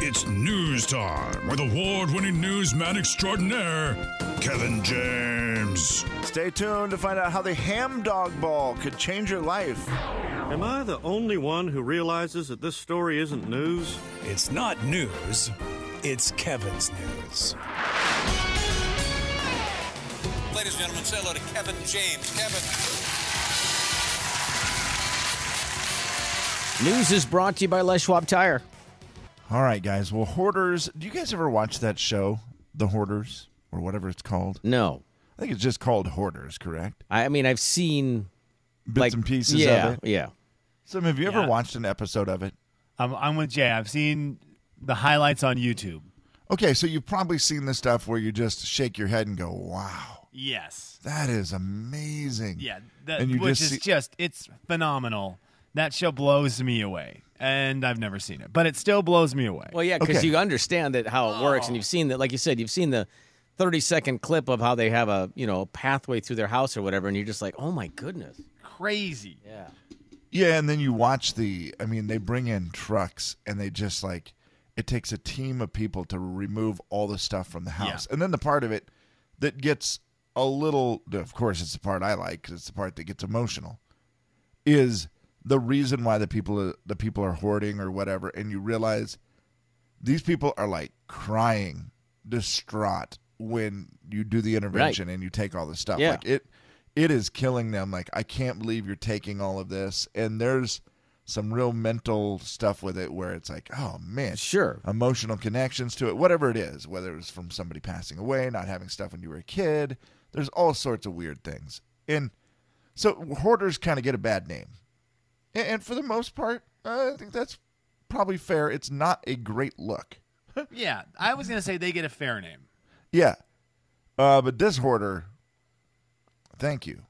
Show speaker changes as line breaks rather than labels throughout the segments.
It's news time with award winning newsman extraordinaire, Kevin James.
Stay tuned to find out how the ham dog ball could change your life.
Am I the only one who realizes that this story isn't news?
It's not news, it's Kevin's news.
Ladies and gentlemen, say hello to Kevin James. Kevin.
News is brought to you by Les Schwab Tire.
All right, guys. Well, Hoarders, do you guys ever watch that show, The Hoarders, or whatever it's called?
No,
I think it's just called Hoarders, correct?
I, I mean I've seen
Bits
like
and pieces
Yeah,
of it.
yeah.
Some have you
Yeah.
ever watched an episode of it?
I'm, I'm with Jay. I've seen the highlights on YouTube.
Okay, so you've probably seen the stuff where you just shake your head and go, "Wow,
Yes.
that is amazing."
Yeah. That,
And you
which
just
is
see-
just, it's phenomenal. That show blows me away. And I've never seen it, but it still blows me away.
Well, yeah, because
Okay.
you understand that how it works, and you've seen that, like you said, you've seen the thirty second clip of how they have a you know pathway through their house or whatever, and you're just like, oh my goodness,
Crazy.
yeah.
Yeah, and then you watch the. I mean, they bring in trucks and they just like. It takes a team of people to remove all the stuff from the house, and then the part of it that gets a little. Of course, it's the part I like 'cause it's the part that gets emotional. Is the reason why the people uh, the people are hoarding or whatever, and you realize these people are like crying, distraught when you do the intervention and you take all this stuff.
Yeah.
Like it it is killing them. Like I can't believe you're taking all of this. And there's some real mental stuff with it where it's like, oh man,
Sure.
emotional connections to it, whatever it is, whether it was from somebody passing away, not having stuff when you were a kid. There's all sorts of weird things. And so hoarders kind of get a bad name. And, and for the most part, I think that's probably fair. It's not a great look.
Yeah. I was going to say they get a fair name.
Yeah. Uh, but this hoarder, thank you.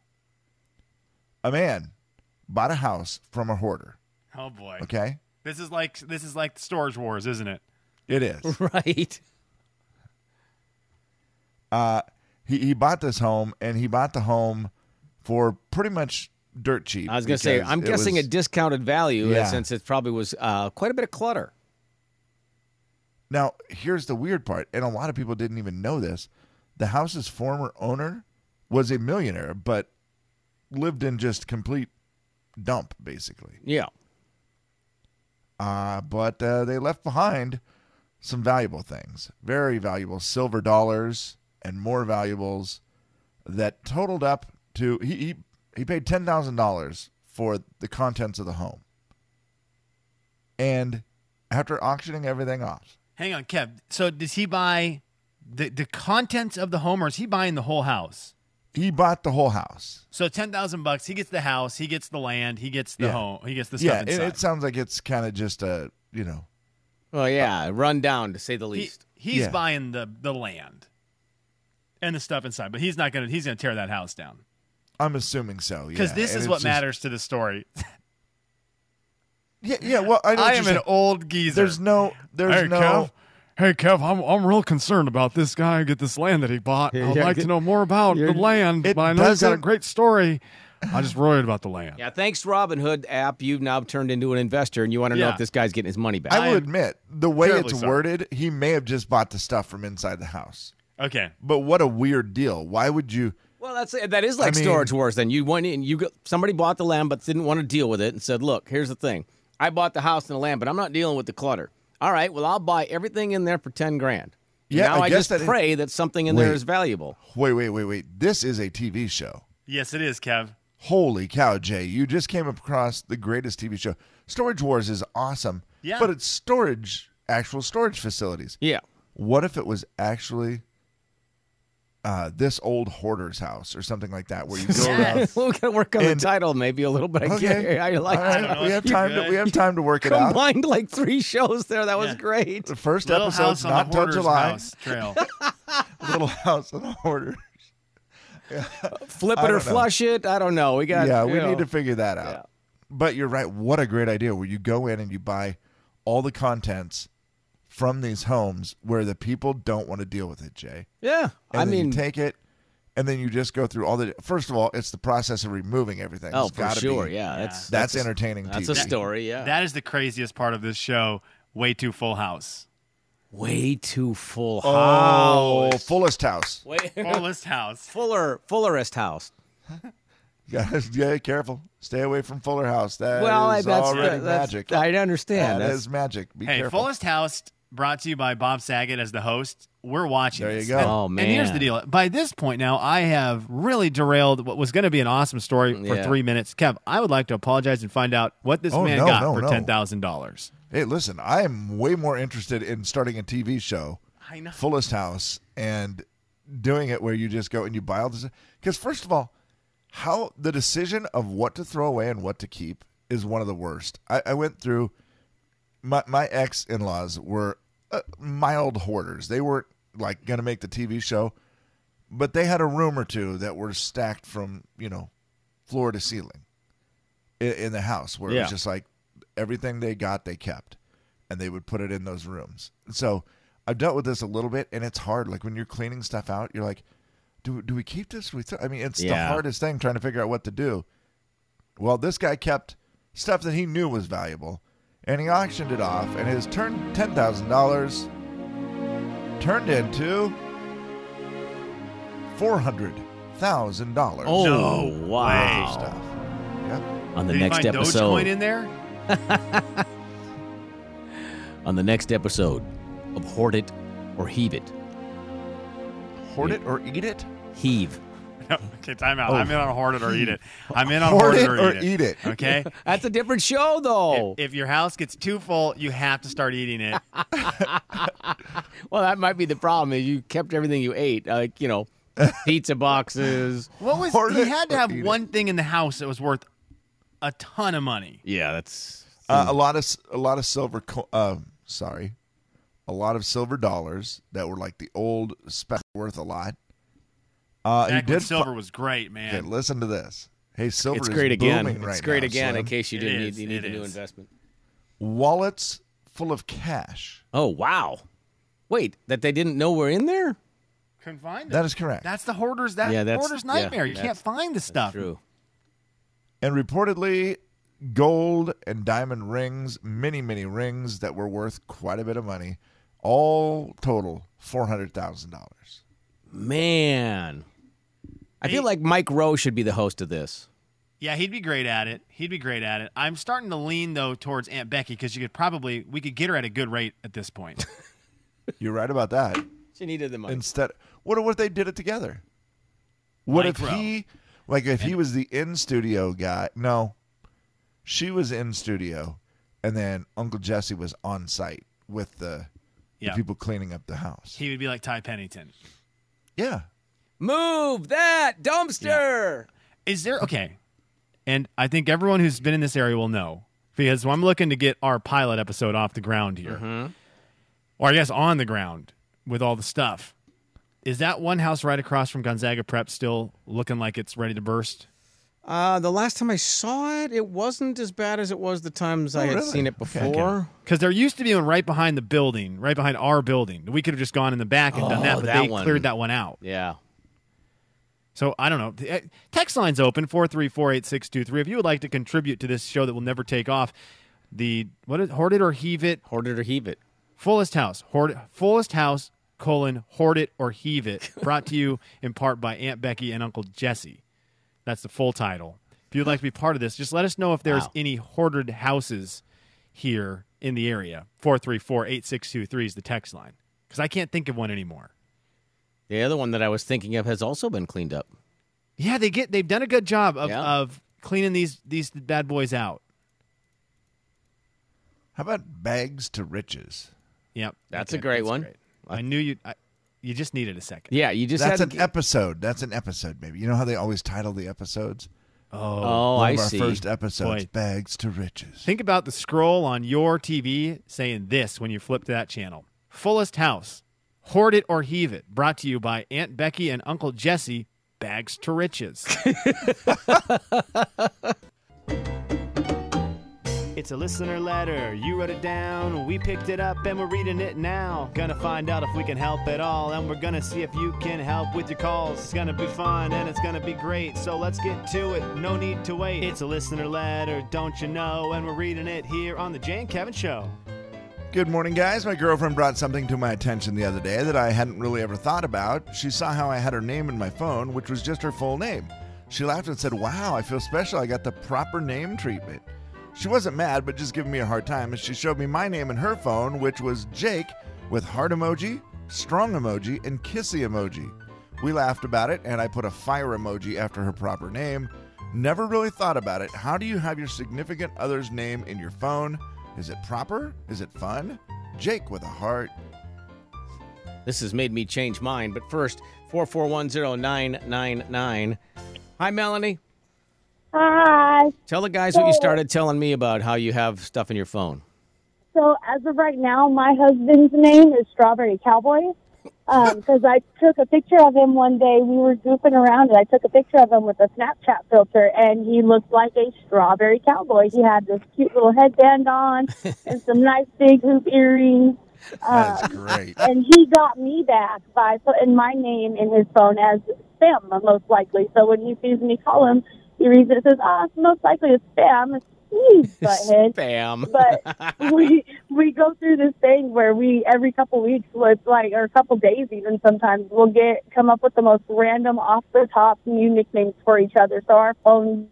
A man bought a house from a hoarder.
Oh, boy.
Okay?
This is like this is like Storage Wars, isn't it?
It is.
right?
he, he bought this home and he bought the home for pretty much dirt cheap.
I was gonna say,
because
I'm
it
guessing
was-
a discounted value uh,
Yeah.
since it probably was uh, quite a bit of clutter.
Now, here's the weird part, and a lot of people didn't even know this. The house's former owner was a millionaire, but lived in just complete dump, basically.
Yeah,
Uh, but uh, they left behind some valuable things, very valuable silver dollars and more valuables that totaled up to he he, he paid ten thousand dollars for the contents of the home, and after auctioning everything off,
Hang on, Kev. So does he buy the the contents of the home, or is he buying the whole house?
he bought the whole house.
So ten thousand bucks, he gets the house, he gets the land, he gets the
Yeah.
home, he gets the
yeah,
stuff
it,
inside.
it sounds like it's kind of just a you know
well, yeah, run down to say the
He-
least.
he's
Yeah.
buying the the land and the stuff inside, but he's not gonna he's gonna tear that house down
I'm assuming so
because
yeah,
this
and
is
it's
what
just-
matters to the story.
Yeah, yeah. Well, I, know
I
what
am
you're
an
saying.
old geezer.
There's no. There's
Hey,
no.
Kev. Hey, Kev, I'm, I'm real concerned about this guy who get this land that he bought. I'd
yeah,
like
get-
to know more about the
you're-
land,
It
but I know he's got a
doesn't-
great story. I'm just worried about the land.
Yeah, thanks Robinhood app, you've now turned into an investor, and you want to know
Yeah.
if this guy's getting his money back.
I, will
am
admit the way
terribly
it's
sorry.
worded, he may have just bought the stuff from inside the house.
okay.
But what a weird deal! Why would you?
Well, that's that is like
I mean-
storage wars. Then you went in, you got, somebody bought the land but didn't want to deal with it, and said, "Look, here's the thing: I bought the house and the land, but I'm not dealing with the clutter. All right, well, I'll buy everything in there for ten grand.
Yeah, I
now I,
guess
just
that-
pray that something in there
Wait.
is valuable.
Wait, wait, wait, wait! This is a TV show.
Yes, it is, Kev.
Holy cow, Jay! You just came across the greatest TV show. Storage Wars is awesome.
Yeah.
But it's storage, actual storage facilities.
Yeah,
What if it was actually uh, this old hoarder's house or something like that, where you go around?
Yes.
we're gonna work on
And-
the title maybe a little bit. I
Okay,
get, I like
All
that.
right,
know,
we
it's
have time. To,
good.
we have time to work it out.
combined like three shows there. That was
Yeah.
great.
The first
Little
episode's
house on
not
the
till
hoarder's
July.
house trail.
Little house on the hoarder.
Flip
I
it or
don't know.
flush it. I don't know. We got
yeah,
you
we
know.
need to figure that out.
Yeah.
But you're right. What a great idea where you go in and you buy all the contents from these homes where the people don't want to deal with it, Jay.
Yeah,
And
I
then you
mean,
take it and then you just go through all the. First of all, it's the process of removing everything.
oh
It's
for
gotta
sure.
be-
Yeah, that's
That's entertaining
That's
TV.
a story. Yeah.
that is the craziest part of this show. Way too full house.
way too full
Oh,
house.
fullest house.
Way,
Fullest house.
fuller, fullerest house.
Guys, yeah, careful. Stay away from Fuller House. That is
well, that's,
already
that's
magic.
I understand.
that
That's-
is magic. Be
Hey,
careful.
Fullest House brought to you by Bob Saget as the host. We're watching.
There you
this.
go.
And,
Oh,
And here's the
man.
deal. By this point now, I have really derailed what was going to be an awesome story for
Yeah.
three minutes. Kev, I would like to apologize and find out what this
Oh,
man
no,
got
no,
for
no.
ten thousand dollars.
Hey, listen, I am way more interested in starting a TV show,
I know.
Fullest House, and doing it where you just go and you buy all this. Because first of all, how the decision of what to throw away and what to keep is one of the worst. I, I went through my my ex in laws were uh, mild hoarders. They weren't like going to make the TV show, but they had a room or two that were stacked from you know floor to ceiling in, in the house where it
Yeah.
was just like everything they got they kept and they would put it in those rooms so i've dealt with this a little bit and it's hard like when you're cleaning stuff out you're like do, do we keep this Do we throw-" i mean it's the
Yeah.
hardest thing trying to figure out what to do well this guy kept stuff that he knew was valuable and he auctioned it off and his turned $10000 turned into $400000
oh,
No
wow.
stuff
On the
Did
next
you find Dogecoin
episode.
in there?
on the next episode of Hoard It or Heave It.
hoard it or eat it
Heave.
okay, time out. I'm in on hoard it or eat it. I'm in on
Oh, Hoard
hoard it
it
or,
or
eat,
eat it.
Okay.
That's a different show, though.
If, if your house gets too full, you have to start eating it.
well, that might be the problem. Is you kept everything you ate, like you know, pizza boxes.
What was
Hoard
he
it
had to
or
have
eat it.
one thing in the house that was worth a ton of money.
Yeah, that's
Uh, a lot of s- a lot of silver. Co- uh, sorry, a lot of silver dollars that were like the old spec worth a lot. Uh,
Back
he
when
did. fi-
silver was great, man.
okay, listen to this. Hey, silver
it's
is
great again.
booming
It's
right
great
now,
again.
Slim.
In case you
It
didn't
is,
need, you need a
it
new
is.
investment.
Wallets full of cash.
Oh wow! Wait, that they didn't know were in there.
Couldn't find it.
That is correct.
That's the hoarder's that
Yeah, that's-
hoarder's
yeah,
nightmare. you can't
that's-
find the stuff.
True.
and reportedly, gold and diamond rings, many many rings that were worth quite a bit of money, all total four hundred thousand dollars.
Man, I feel like Mike Rowe should be the host of this.
Yeah, he'd be great at it. He'd be great at it. I'm starting to lean though towards Aunt Becky because you could probably we could get her at a good rate at this point.
You're right about that.
She needed the money.
instead what what if they did it together what if
Micro.
he like if he was the in studio guy no she was in studio and then uncle jesse was on site with the, the
Yeah.
people cleaning up the house
he would be like Ty Pennington.
yeah
Move that dumpster.
Is there okay? And I think everyone who's been in this area will know because I'm looking to get our pilot episode off the ground here,
Mm-hmm.
or I guess on the ground with all the stuff. Is that one house right across from Gonzaga Prep still looking like it's ready to burst?
Uh, the last time I saw it, it wasn't as bad as it was the times I had
Oh, really?
seen it
Okay,
before.
okay.
Because there used to be one right behind the building, right behind our building. We could have just gone in the back and done that, but
Oh, that
they
one.
cleared that one out.
Yeah.
So I don't know. The, uh, Text line's open four three four eight six two three. If you would like to contribute to this show that will never take off, the what is hoard it or heave it?
Hoard it or heave it.
Fullest house hoard fullest house colon hoard it or heave it. Brought to you in part by Aunt Becky and Uncle Jesse. That's the full title. If you'd like to be part of this, just let us know if there's
Wow.
any hoarded houses here in the area. 434-8623 is the text line. Because I can't think of one anymore.
The other one that I was thinking of has also been cleaned up.
Yeah, they get they've done a good job of,
Yeah.
of cleaning these these bad boys out.
how about bags to riches
Yep.
That's a great one.
I knew you I, you just needed a second.
Yeah, you just
that's
had
an
to.
episode that's an episode maybe you know how they always title the episodes
oh,
One
I
of our
see.
first episodes
Boy.
bags to riches
Think about the scroll on your TV saying this when you flip to that channel. Fullest House, Hoard It or Heave It, brought to you by Aunt Becky and Uncle Jesse, Bags to Riches.
It's a listener letter. You wrote it down. We picked it up and we're reading it now. Gonna find out if we can help at all. And we're gonna see if you can help with your calls. It's gonna be fun and it's gonna be great. So let's get to it. No need to wait. It's a listener letter, don't you know? And we're reading it here on The Jane Kevin Show.
Good morning, guys. My girlfriend brought something to my attention the other day that I hadn't really ever thought about. She saw how I had her name in my phone, which was just her full name. She laughed and said, Wow, I feel special. I got the proper name treatment. She wasn't mad, but just giving me a hard time as she showed me my name in her phone, which was Jake with heart emoji, strong emoji, and kissy emoji. We laughed about it, and I put a fire emoji after her proper name. Never really thought about it. How do you have your significant other's name in your phone? Is it proper? Is it fun? Jake with a heart.
This has made me change mine, but first, 4410999. Hi, Melanie.
Hi.
Tell the guys what you started telling me about how you have stuff in your phone.
So as of right now, my husband's name is Strawberry Cowboy because I took a picture of him one day. We were goofing around, and I took a picture of him with a Snapchat filter, and he looked like a strawberry cowboy. He had this cute little headband on and some nice big hoop earrings. uh,
That's great.
And he got me back by putting my name in his phone as spam, uh, most likely. So when he sees me call him, he reads it and says, "Ah, it's most likely it's spam." You butthead
Spam.
but we we go through this thing where we every couple weeks it's like or a couple days even sometimes we'll get come up with the most random off the top new nicknames for each other so our phones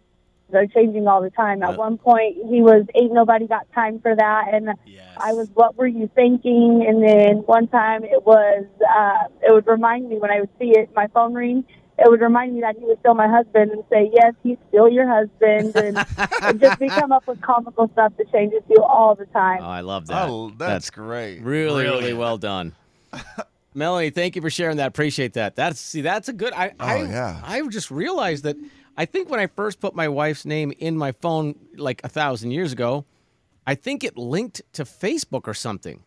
are changing all the time at one point he was ain't nobody got time for that and i was what were you thinking and then one time it was uh it would remind me when i would see it my phone ring it would remind me that he was still my husband and say, Yes, he's still your husband. And, and just we come up with comical stuff to change it to all the time.
Oh, I love that.
Oh, that's great.
Really, really well done. Melanie, thank you for sharing that. Appreciate that. That's see, that's a good. I, I,
Oh, yeah.
I just realized that I think when I first put my wife's name in my phone like a thousand years ago, I think it linked to Facebook or something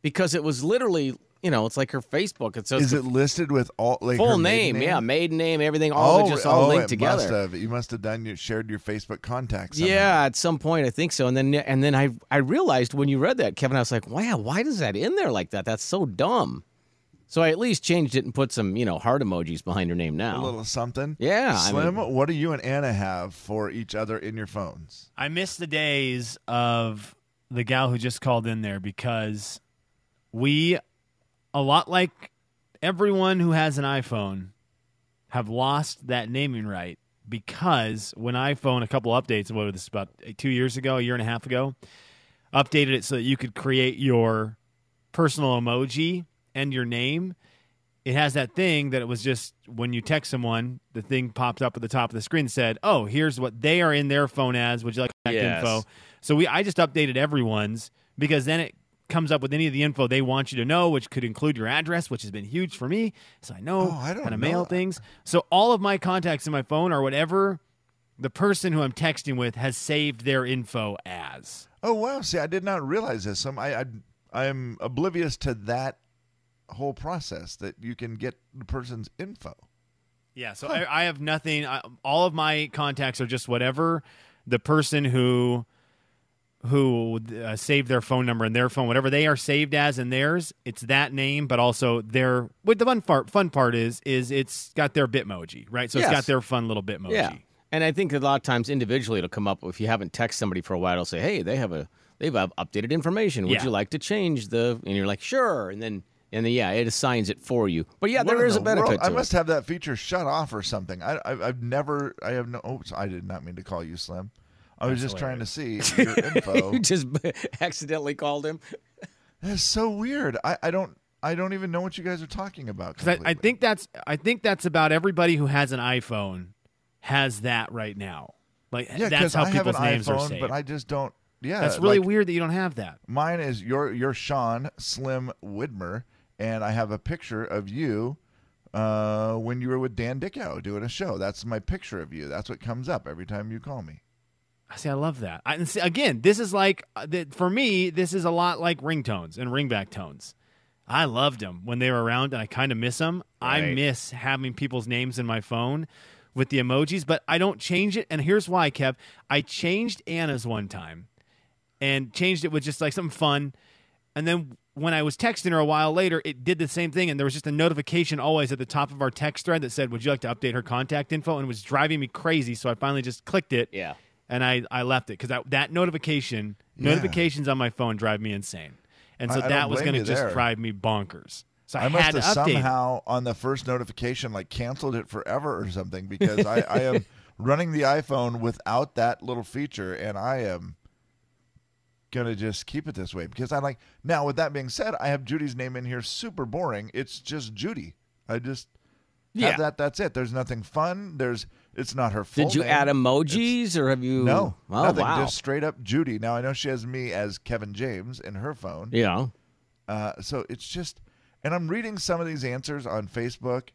because it was literally, you know, it's like her Facebook. It says
Is it listed with all like her
full
maiden
name,
name?
yeah, maiden name, everything, all of it just all
oh,
linked
it
together.
Must have. You must have done your shared your Facebook contacts.
Yeah, at some point I think so, and then and then I I realized when you read that, Kevin, I was like, wow, why does that in there like that? That's so dumb. So I at least changed it and put some you know heart emojis behind her name
a
now.
little something.
Yeah, I
Slim,
mean-
what do you and Anna have for each other in your phones?
I miss the days of the gal who just called in there because we, a lot like everyone who has an iPhone, have lost that naming right because when iPhone, a couple updates, what was this about two years ago, a year and a half ago, updated it so that you could create your personal emoji and your name. It has that thing that it was just when you text someone, the thing popped up at the top of the screen and said, "Oh, here's what they are in their phone as. Would you like that
Yes.
info?" So we, I just updated everyone's because then it comes up with any of the info they want you to know, which could include your address, which has been huge for me. So I know
Oh, I don't
how
know
to mail
that.
things. So all of my contacts in my phone are whatever the person who I'm texting with has saved their info as.
Oh wow! See, I did not realize this. I'm I, I I'm oblivious to that whole process that you can get the person's info.
Yeah, so I, I have nothing. I, all of my contacts are just whatever the person who who uh, saved their phone number and their phone, whatever they are saved as in theirs, it's that name, but also their. What the fun part, fun part is, is it's got their Bitmoji, right? So
Yes.
it's got their fun little Bitmoji.
yeah, and I think a lot of times individually it'll come up if you haven't texted somebody for a while. It'll say, hey, they have a they've have updated information. Would
Yeah.
you like to change the? And you're like, sure, and then and then yeah, it assigns it for you. But yeah,
What
there
in
is a
the
benefit.
world?
To
I must
it.
have that feature shut off or something. I, I I've never. I have no. Oops! I did not mean to call you Slim. I was just trying to see your info.
you just accidentally called him.
That's so weird. I, I don't I don't even know what you guys are talking about.
'Cause I, I
completely.
think that's I think that's about everybody who has an iPhone has that right now. Like
yeah, 'cause
that's how
I have an
people's names are
iPhone,
saved.
but I just don't. Yeah,
that's really
like,
weird that you don't have that.
Mine is your your Sean Slim Widmer, and I have a picture of you uh, when you were with Dan Dickow doing a show. That's my picture of you. That's what comes up every time you call me.
I see. I love that. I, and see, again, this is like uh, th- for me, this is a lot like ringtones and ringback tones. I loved them when they were around, and I kind of miss them. I miss having people's names in my phone with the emojis, but I don't change it. And here's why, Kev. I changed Anna's one time, and changed it with just like something fun. And then when I was texting her a while later, it did the same thing, and there was just a notification always at the top of our text thread that said, "Would you like to update her contact info?" And it was driving me crazy. So I finally just clicked it
Yeah.
and I, I left it because that, that notification
Yeah.
notifications on my phone drive me insane. and so
I- I
that
don't
was
blame
going to
you
just
there.
drive me bonkers. So I,
I must
had
have
to update. it.
somehow on the first notification like canceled it forever or something because I, I am running the iPhone without that little feature and I am gonna just keep it this way because I like now with that being said, I have Judy's name in here super boring. It's just Judy. I just yeah.
Yeah.
have that that's it. There's nothing fun. There's it's not her full
Did you
name.
add emojis or have you?
No.
Oh
nothing.
wow.
Just straight up Judy. Now I know she has me as Kevin James in her phone.
yeah.
Uh, so it's just, and I'm reading some of these answers on Facebook.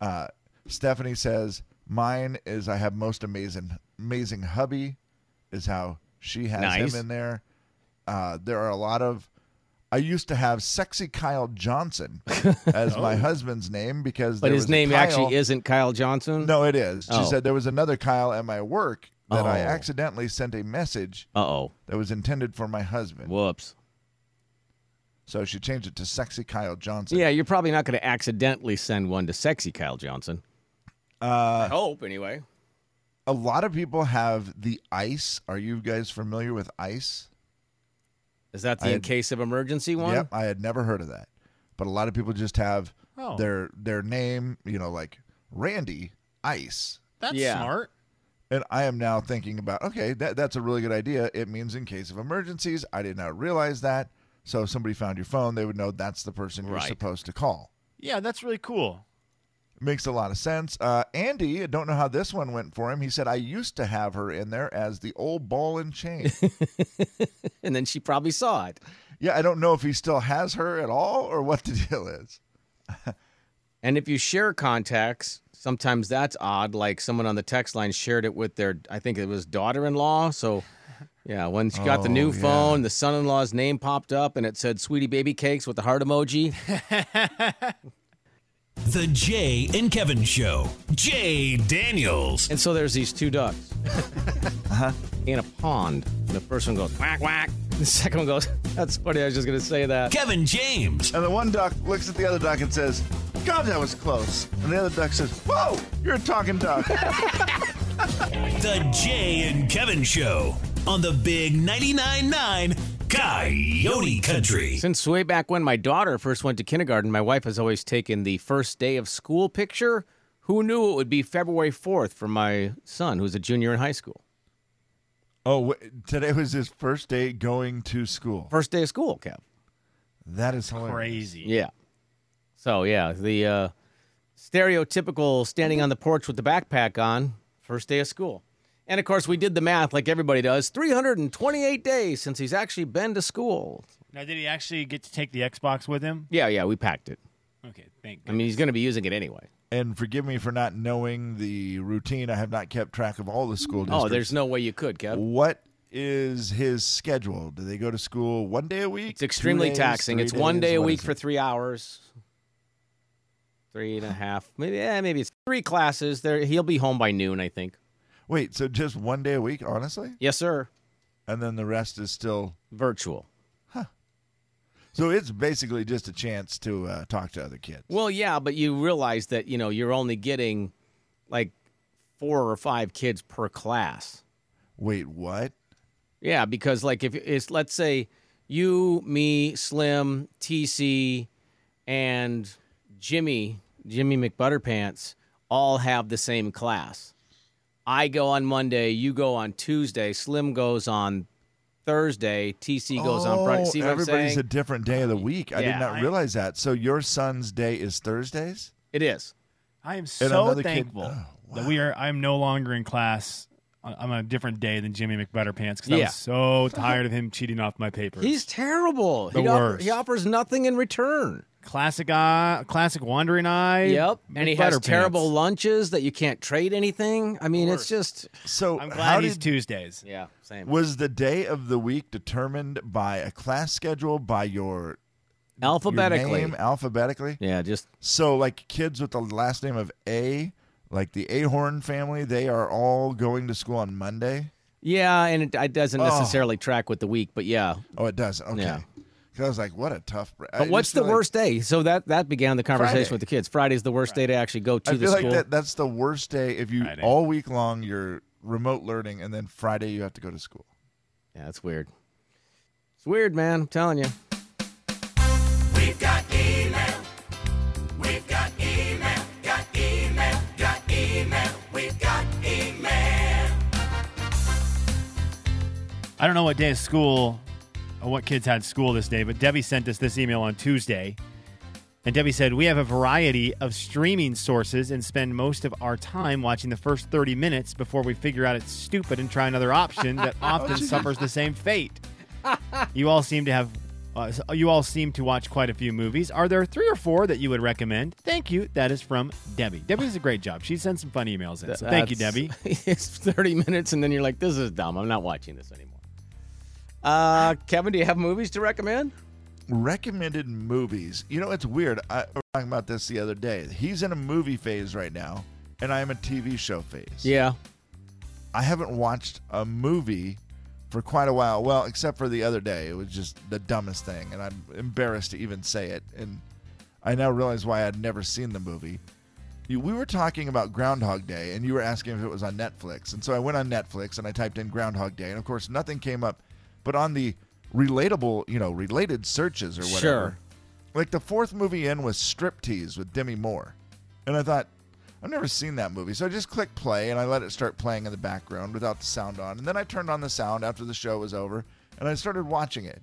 Uh, Stephanie says, "Mine is I have most amazing, amazing hubby," is how she has
Nice.
him in there. Uh, there are a lot of. I used to have sexy Kyle Johnson as my husband's name because,
Oh. But
there
his
was a
name
Kyle-
actually isn't Kyle Johnson.
No, it is. She
Oh.
said there was another Kyle at my work that I
Oh.
accidentally sent a message
Uh oh.
that was intended for my husband.
Whoops.
So she changed it to sexy Kyle Johnson.
Yeah, you're probably not going to accidentally send one to sexy Kyle Johnson.
Uh,
I hope anyway.
a lot of people have the ice. Are you guys familiar with ice?
Is that the
I-
in case of emergency one?
Yep, I had never heard of that. But a lot of people just have
Oh.
their their name, you know, like Randy Ice.
That's
Yeah.
smart.
And I am now thinking about, okay, that, that's a really good idea. It means in case of emergencies. I did not realize that. So if somebody found your phone, they would know that's the person you're
Right.
supposed to call.
Yeah, that's really cool.
Makes a lot of sense. Uh, Andy, I don't know how this one went for him. He said, I used to have her in there as the old ball and chain.
And then she probably saw it.
Yeah, I don't know if he still has her at all or what the deal is.
And if you share contacts, sometimes that's odd. Like someone on the text line shared it with their, I think it was daughter in law. So, yeah, when she got the new
Oh, yeah.
phone, the son in law's name popped up and it said sweetie baby cakes with the heart emoji.
The Jay and Kevin Show. Jay Daniels.
And so there's these two ducks in a pond. And the first one goes, whack, whack. The second one goes, that's funny. I was just going to say that.
Kevin James.
And the one duck looks at the other duck and says, God, that was close. And the other duck says, Whoa, you're a talking duck.
The Jay and Kevin Show on the Big 99.9 9 Coyote Country.
Since way back when my daughter first went to kindergarten, my wife has always taken the first day of school picture. Who knew it would be February 4th for my son, who's a junior in high school?
oh, wait, today was his first day going to school.
First day of school, Kev.
That is hilarious.
Crazy.
Yeah. So, yeah, the uh, stereotypical standing on the porch with the backpack on, first day of school. And of course, we did the math like everybody does 328 days since he's actually been to school.
Now, did he actually get to take the Xbox with him?
Yeah, yeah, we packed it.
Okay, thank
I mean, he's going to be using it anyway.
And forgive me for not knowing the routine. I have not kept track of all the school districts.
Oh, there's no way you could, Kev.
What is his schedule? Do they go to school one day a week?
It's extremely
Two days,
taxing.
three
It's one
days?
day a
What
week
is
for
it?
three hours, three and a half, maybe. Yeah, maybe it's three classes. There, he'll be home by noon, I think.
Wait, so just one day a week, honestly?
Yes, sir.
And then the rest is still.
Virtual.
So it's basically just a chance to uh, talk to other kids.
Well, yeah, but you realize that you know you're only getting like four or five kids per class.
Wait, what?
Yeah, because like if it's let's say you, me, Slim, TC, and Jimmy, Jimmy McButterpants, all have the same class. I go on Monday, you go on Tuesday, Slim goes on Thursday, TC goes on
Oh,
Friday. See what I'm
everybody's
saying?
a different day of the week. I
Yeah.
did not realize that. So your son's day is Thursdays.
it is.
I am
And
so
another kid-
thankful
Oh,
that we are. I am no longer in class. on- I'm on a different day than Jimmy McButterpants because I
Yeah.
was so tired of him cheating off my papers.
He's terrible.
The
he, offer-
worst.
he offers nothing in return.
classic, eye, classic wandering eye.
Yep. And he has
McButterpants.
terrible lunches that you can't trade anything. I mean, it's just.
So
I'm
how
glad he's
did,
Tuesdays.
Yeah, same.
was the day of the week determined by a class schedule by your, your
Alphabetically.
name alphabetically?
Yeah, just
So like kids with the last name of A, like the Ahorn family, they are all going to school on Monday.
yeah, and it, it doesn't
Oh.
necessarily track with the week, but yeah.
Oh, it does. Okay.
Yeah.
'Cause I was like, what a tough. But
But what's the worst day? So that that began the conversation
Friday.
with the kids. Friday's the worst day to actually go to
I
the
feel like
school.
that, that's the worst day if you
Friday.
all week long you're remote learning and then Friday you have to go to school.
yeah, it's weird. It's weird, man. I'm telling you.
know what day of school, or what kids had school this day, but Debbie sent us this email on Tuesday. And Debbie said, We have a variety of streaming sources and spend most of our time watching the first 30 minutes before we figure out it's stupid and try another option that often suffers the same fate. You all seem to have. Uh, you all seem to watch quite a few movies. Are there three or four that you would recommend? Thank you. That is from Debbie. Debbie does a great job. She sends some fun emails in. So thank you,
That's-
Debbie.
it's 30 minutes, and then you're like, this is dumb. I'm not watching this anymore. Uh, Kevin, do you have movies to recommend?
recommended movies. You know, it's weird. I we were talking about this the other day. He's in a movie phase right now, and I am a TV show phase.
Yeah.
I haven't watched a movie for quite a while. Well, except for the other day. It was just the dumbest thing, and I'm embarrassed to even say it. And I now realize why I'd never seen the movie. You- We were talking about Groundhog Day, and you were asking if it was on Netflix. And so I went on Netflix and I typed in Groundhog Day, and of course, nothing came up. But on the relatable, you know, related searches or whatever,
Sure.
like the fourth movie in was Striptease with Demi Moore. And I thought, I've never seen that movie. So I just clicked play and I let it start playing in the background without the sound on. And then I turned on the sound after the show was over and I started watching it.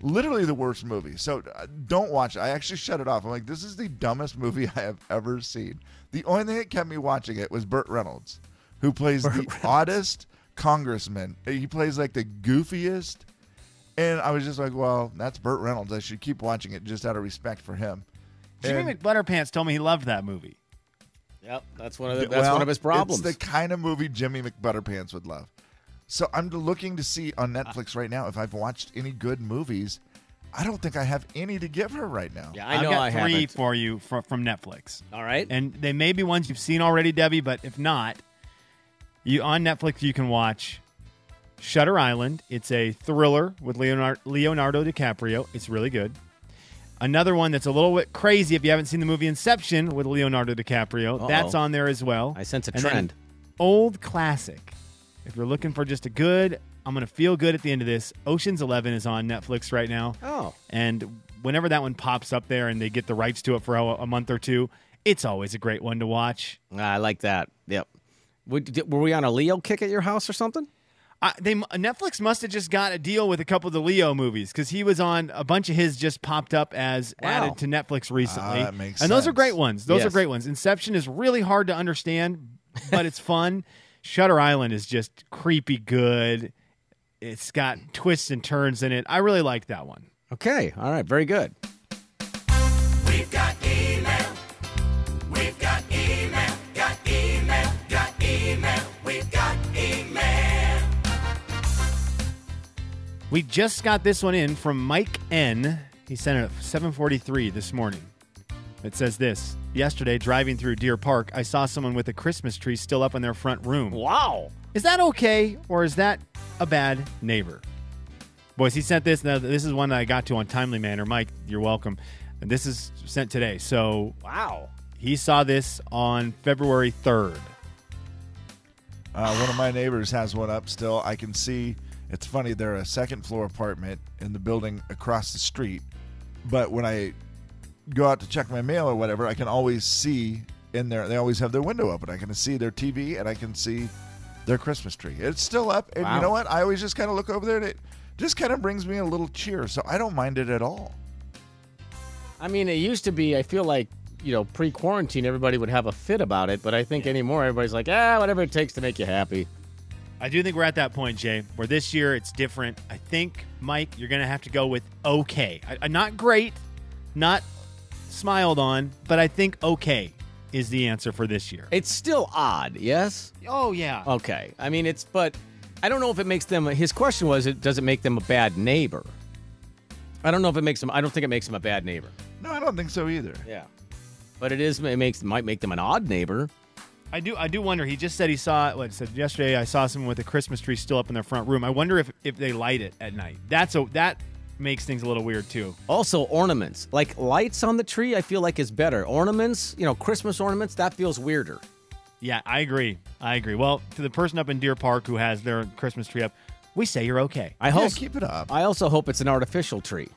Literally the worst movie. So uh, don't watch it. I actually shut it off. I'm like, this is the dumbest movie I have ever seen. The only thing that kept me watching it was Burt Reynolds, who plays the oddest congressman. He plays like the goofiest. And I was just like, well, that's Burt Reynolds. I should keep watching it just out of respect for him.
Jimmy McButterpants told me he loved that movie.
Yep. That's one of the,
Yeah,
Uh, that's
well,
one of his problems.
It's the kind of movie Jimmy McButterpants would love. So I'm looking to see on Netflix right now if I've watched any good movies. I don't think I have any to give her right now.
yeah, I
have
know
got
I
3
haven't.
for you from, from Netflix.
All right.
And they may be ones you've seen already, Debbie, but if not, you on Netflix you can watch Shutter Island. It's a thriller with Leonardo, Leonardo DiCaprio. It's really good. Another one that's a little bit crazy if you haven't seen the movie Inception with Leonardo DiCaprio.
Uh-oh.
That's on there as well.
I sense a
then
trend.
Old classic. If you're looking for just a good, I'm going to feel good at the end of this. Ocean's 11 is on Netflix right now.
Oh.
And whenever that one pops up there and they get the rights to it for a, a month or two, it's always a great one to watch.
Ah, I like that. Yep. Would- did- Were we on a Leo kick at your house or something?
I, they Netflix must have just got a deal with a couple of the Leo movies because he was on a bunch of his just popped up as
Wow.
added to Netflix recently.
Ah, that makes
and those are
sense.
great ones. Those are
Yes.
great ones. Inception is really hard to understand, but it's fun. Shutter Island is just creepy good. It's got twists and turns in it. I really like that one.
Okay. All right. Very good.
We just got this one in from Mike N. He sent it at 7:43 this morning. It says this: Yesterday, driving through Deer Park, I saw someone with a Christmas tree still up in their front room.
Wow.
Is that okay, or is that a bad neighbor? Boys, he sent this. Now, this is one that I got to on timely manner. Mike, you're welcome. And this is sent today. So
Wow.
he saw this on February 3rd.
Uh, one of my neighbors has one up still. I can see. It's funny. They're a second floor apartment in the building across the street. But when I go out to check my mail or whatever, I can always see in there. They always have their window open. I can see their TV and I can see their Christmas tree. It's still up. And
Wow.
you know what? I always just kind of look over there and it just kind of brings me a little cheer. So I don't mind it at all.
I mean, it used to be, I feel like, you know, pre quarantine, everybody would have a fit about it, but I think anymore, everybody's like, ah, whatever it takes to make you happy.
I do think we're at that point, Jay, where this year it's different. I think, Mike, you're going to have to go with okay. I, I- not great, not smiled on, but I think okay is the answer for this year.
It's still odd, yes?
Oh, yeah.
Okay. I mean, it's, but I don't know if it makes them, his question was, it does it make them a bad neighbor? I don't know if it makes them, I don't think it makes them a bad neighbor.
No, I don't think so either.
Yeah. But it is, it makes, might make them an odd neighbor.
I do. I do wonder. He just said he saw. What he said yesterday? I saw someone with a Christmas tree still up in their front room. I wonder if if they light it at night. That's a that makes things a little weird too.
Also, ornaments. Like lights on the tree, I feel like is better. Ornaments, you know, Christmas ornaments, that feels weirder.
Yeah, I agree. I agree. Well, to the person up in Deer Park who has their Christmas tree up, we say you're okay.
I
Yeah,
hope.
keep it up.
I also hope it's an artificial tree.